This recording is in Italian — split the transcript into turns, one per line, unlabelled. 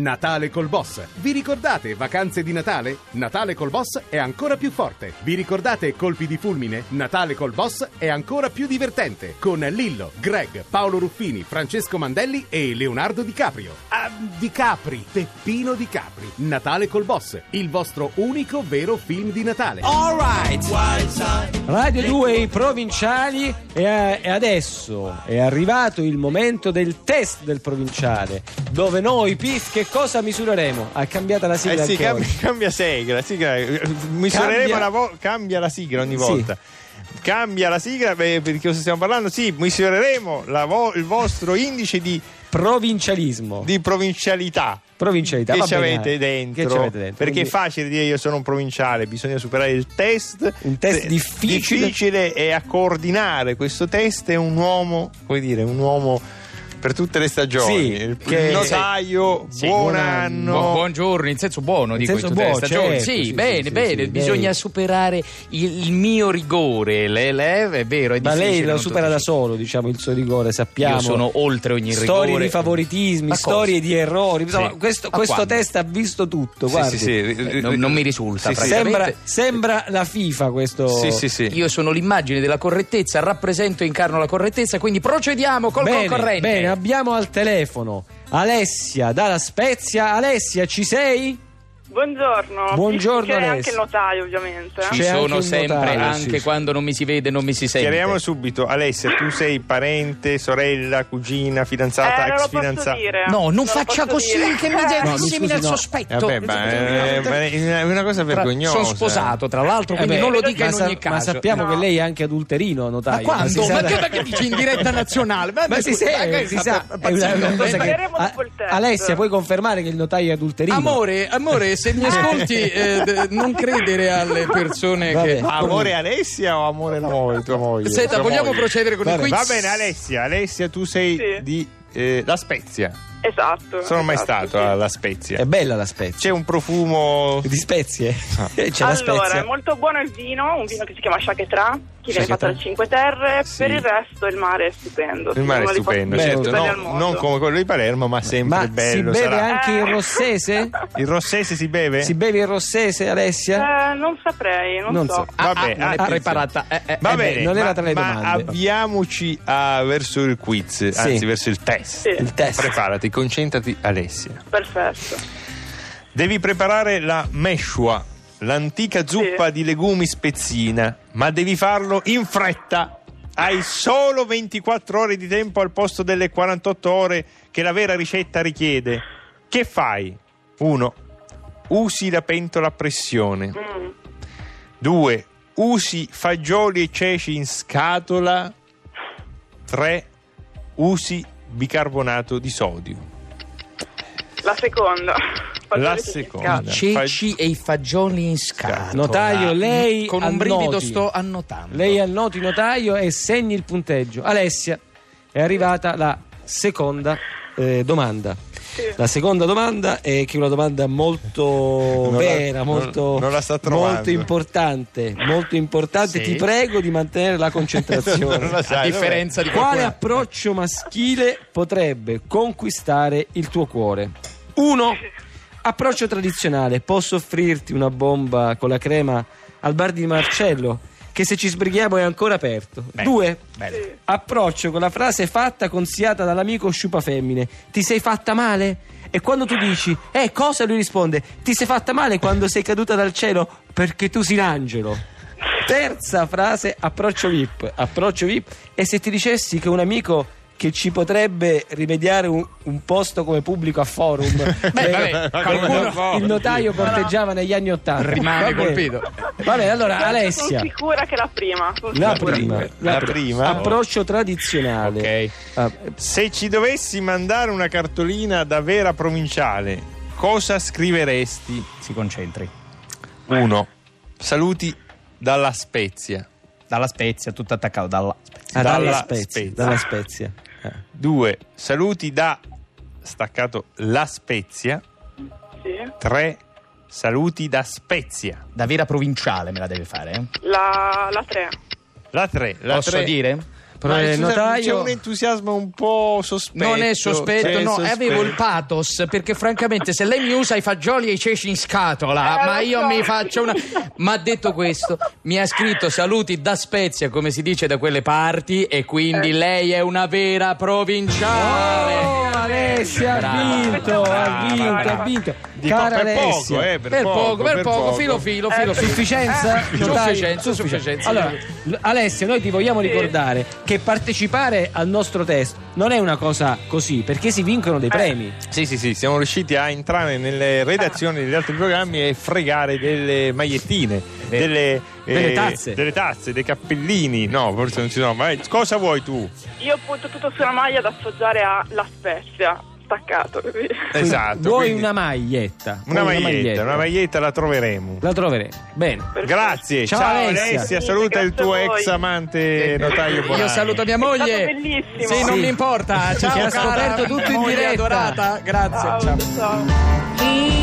Natale col boss. Vi ricordate vacanze di Natale? Natale col boss è ancora più forte. Vi ricordate colpi di fulmine? Natale col boss è ancora più divertente. Con Lillo, Greg, Paolo Ruffini, Francesco Mandelli e Leonardo Di Caprio. Ah, Di Capri, Peppino Di Capri. Natale col boss, il vostro unico vero film di Natale.
All right.
Radio 2 i provinciali e, eh, e adesso è arrivato il momento del test del provinciale dove noi PIF che cosa misureremo? Ha cambiato la sigla
Eh sì,
anche
cambia,
oggi.
cambia sigla, la sigla. eh, Misureremo
Cambia-
la vo- cambia la sigla ogni
Sì.
volta. Cambia la sigla beh, perché cosa stiamo parlando? Sì, misureremo la vo- il vostro indice di,
Provincialismo.
di provincialità.
Provincialità.
Che
va
ci,
bene.
avete dentro,
Che ci avete dentro?
Perché
Quindi-
è facile dire io sono un provinciale, bisogna superare il test.
Un test
Eh,
difficile.
difficile e a coordinare questo test è un uomo, come dire, un uomo per tutte le stagioni.
Sì,
il
che-
il notaio,
Sì.
buon
Buon
anno.
Bu- buongiorno, in senso buono
In
di
senso
questo
buono,
testa. Giorgio,
certo,
sì,
sì,
bene,
sì,
bene,
sì,
bisogna
lei-
superare il, il mio rigore. Le, le- è vero, è
Ma
difficile.
lei lo
non
supera da
tutti-
solo, diciamo, il suo rigore, sappiamo.
Io sono oltre ogni rigore.
Storie di favoritismi,
Ma cosa?
storie di errori. Insomma,
Sì.
questo,
Ma
questo
quando?
test ha visto tutto.
Sì,
guardi. Eh,
sì, sì, ri- ri-
non- non mi risulta,
Sì, sì.
francamente.
Sembra,
Praticamente-
sembra la FIFA questo.
Sì, sì, sì.
Io sono l'immagine della correttezza, rappresento e incarno la correttezza, quindi procediamo col
bene,
concorrente.
bene, abbiamo al telefono Alessia dalla Spezia. Alessia, ci sei?
Eh
Buongiorno.
Buongiorno,
C'è anche
Alessia.
il notaio, ovviamente.
Ci
C'è anche
sono
un
sempre,
notaio,
anche
sì, sì.
quando non mi si vede, non mi si sente.
Chiariamo subito, Alessia, tu sei parente, sorella, cugina, fidanzata,
Eh, non
ex
lo posso
fidanzata.
dire.
No, non,
lo
faccia
posso
così
dire.
che mi
Eh,
de-
No, mi
semina il
scusi, no.
sospetto.
Vabbè, ma è
eh,
ma è una- è una cosa
Tra-
vergognosa.
Sono sposato, tra l'altro, quindi
Eh beh,
non lo
ma
dica in
sa-
ogni caso.
Ma sappiamo
No.
che lei è anche adulterino, notaio.
Ma quando?
si sa-
Ma che, ma che dici in diretta nazionale?
Ma si
scusa, ma
sa,
che-
si sa,
pa-
è una-
pazzino.
una cosa
Eh,
che-
ma-
Parleremo
A-
dopo il test.
Alessia, puoi confermare che il notaio è adulterino?
Amore, amore, se mi ascolti, eh, d- non credere alle persone
Vabbè.
che.
Ma Amore Alessia o amore la moglie, tua moglie?
Senta,
Tua
vogliamo
moglie.
procedere con
Va
il
bene,
quiz?
Va bene, Alessia, Alessia, tu sei
Sì.
di eh, La Spezia.
Esatto.
Sono mai
esatto,
stato
sì.
alla Spezia.
È bella la Spezia.
C'è un profumo.
Eh, Di spezie?
Ah.
C'è la
Allora,
Spezia.
è molto buono il vino, un vino che si chiama Chaketra, che viene fatto
Chaketra.
da Cinque Terre.
Sì.
Per il resto il mare è stupendo.
Il mare è
Uno dei posti
stupendo,
più
certo,
belli
no,
al mondo.
non come quello di Palermo, ma sempre
Ma
bello.
si beve
sarà.
anche il
Eh.
rossese?
Il rossese si
Eh.
beve?
Si beve il rossese, Alessia?
Eh, non saprei, non,
Non so.
so.
Ah,
Vabbè,
ah, non è
attenzione.
preparata. Eh, eh,
Va
Eh beh,
bene,
non era
ma-
tra le
ma
domande.
avviamoci a- verso il quiz,
Sì.
anzi verso il test.
Sì.
Il test.
Preparati, concentrati Alessia.
Perfetto.
Devi preparare la meshua, l'antica zuppa di legumi spezzina, ma devi farlo in fretta. Hai solo 24 ore di tempo al posto delle 48 ore che la vera ricetta richiede. Che fai? 1. Usi la pentola a pressione.
Mm.
2. Usi fagioli e ceci in scatola. 3. Usi bicarbonato di sodio.
La seconda.
La
Fagioli
seconda.
I ceci e i fagioli in scatola.
Notaio, lei
Con un
annoti.
brivido sto annotando.
Lei annoti notaio e segni il punteggio. Alessia, è arrivata la seconda eh, domanda.
Sì.
La seconda domanda è che è una domanda molto
Non la-
vera,
non-
molto,
non la sta trovando.
molto importante, molto importante.
Sì.
Ti prego di mantenere la
Non
concentrazione.
la
a
sai,
differenza di
Quale
quale
approccio maschile potrebbe conquistare il tuo cuore? 1. Approccio tradizionale. Posso offrirti una bomba con la crema al bar di Marcello? Che se ci sbrighiamo è ancora aperto. 2.
Sì.
Approccio con la frase fatta consigliata dall'amico sciupafemmine. Ti sei fatta male? E quando tu dici, eh cosa? Lui risponde, ti sei fatta male quando sei caduta dal cielo perché tu sei un angelo. Terza frase, approccio VIP. Approccio VIP. E se ti dicessi che un amico che ci potrebbe rimediare un, un posto come pubblico a forum,
vabbè,
Beh,
qualcuno-
qualcuno- il notaio corteggiava negli anni Ottanta.
Rimane
Va bene.
colpito.
Va bene, allora
Sono
Alessia.
sicura che la prima. sono
La
sicura.
prima,
La prima?
approccio tradizionale.
Ok.
Ah,
Se ci dovessi mandare una cartolina da vera provinciale, cosa scriveresti?
Si concentri.
1. Saluti dalla Spezia.
Dalla Spezia, tutto attaccato dalla Spezia.
Ah, dalla,
Dalla
Spezia,
Spezia.
dalla Spezia. Ah.
2. Saluti da staccato La Spezia.
Sì.
3. Saluti da Spezia.
Da vera provinciale me la deve fare. eh.
La, la tre.
La 3. La
Posso
tre-
dire?
prenotaio.
C'è un entusiasmo un po' sospetto.
Non è sospetto,
C'è
no,
sospetto.
avevo il pathos perché francamente se lei mi usa i fagioli e i ceci in scatola,
Eh,
ma
lo
io
so.
mi faccio una... Ma detto questo, mi ha scritto saluti da Spezia, come si dice da quelle parti, e
Eh.
quindi lei è una vera provinciale.
Oh, Alessia ha
Brava.
vinto, ha
Brava,
vinto,
brava.
ha vinto.
Di po-
Cara
per
Alessia.
poco, eh, per,
Per poco, per poco, filo filo,
Eh,
filo filo.
Sufficienza? Notai?
Sufficienza, sufficienza.
Allora, l- Alessia, noi ti vogliamo ricordare che partecipare al nostro test non è una cosa così, perché si vincono
Eh.
dei premi.
Sì, sì, sì, siamo riusciti a entrare nelle redazioni degli altri programmi e fregare delle magliettine, delle, eh,
delle tazze.
delle tazze, dei cappellini. No, forse non ci sono, ma eh, cosa vuoi tu?
Io punto tutto sulla maglia ad assaggiare a La Spezia, staccato così.
Quindi
esatto.
Vuoi
quindi
una maglietta?
una
vuoi
maglietta, una maglietta la troveremo.
La troveremo. Bene.
Grazie,
Ciao,
ciao,
Alessia.
Alessia, saluta
Grazie
il tuo
a voi.
ex amante notaio Bonanni.
Io saluto mia moglie.
È stato bellissimo.
Sì, non
Sì.
mi importa. Ciao,
Ci ha
cara
scoperto tutto in
moglie
diretta.
adorata. Grazie.
Ciao,
ciao.
ciao.
He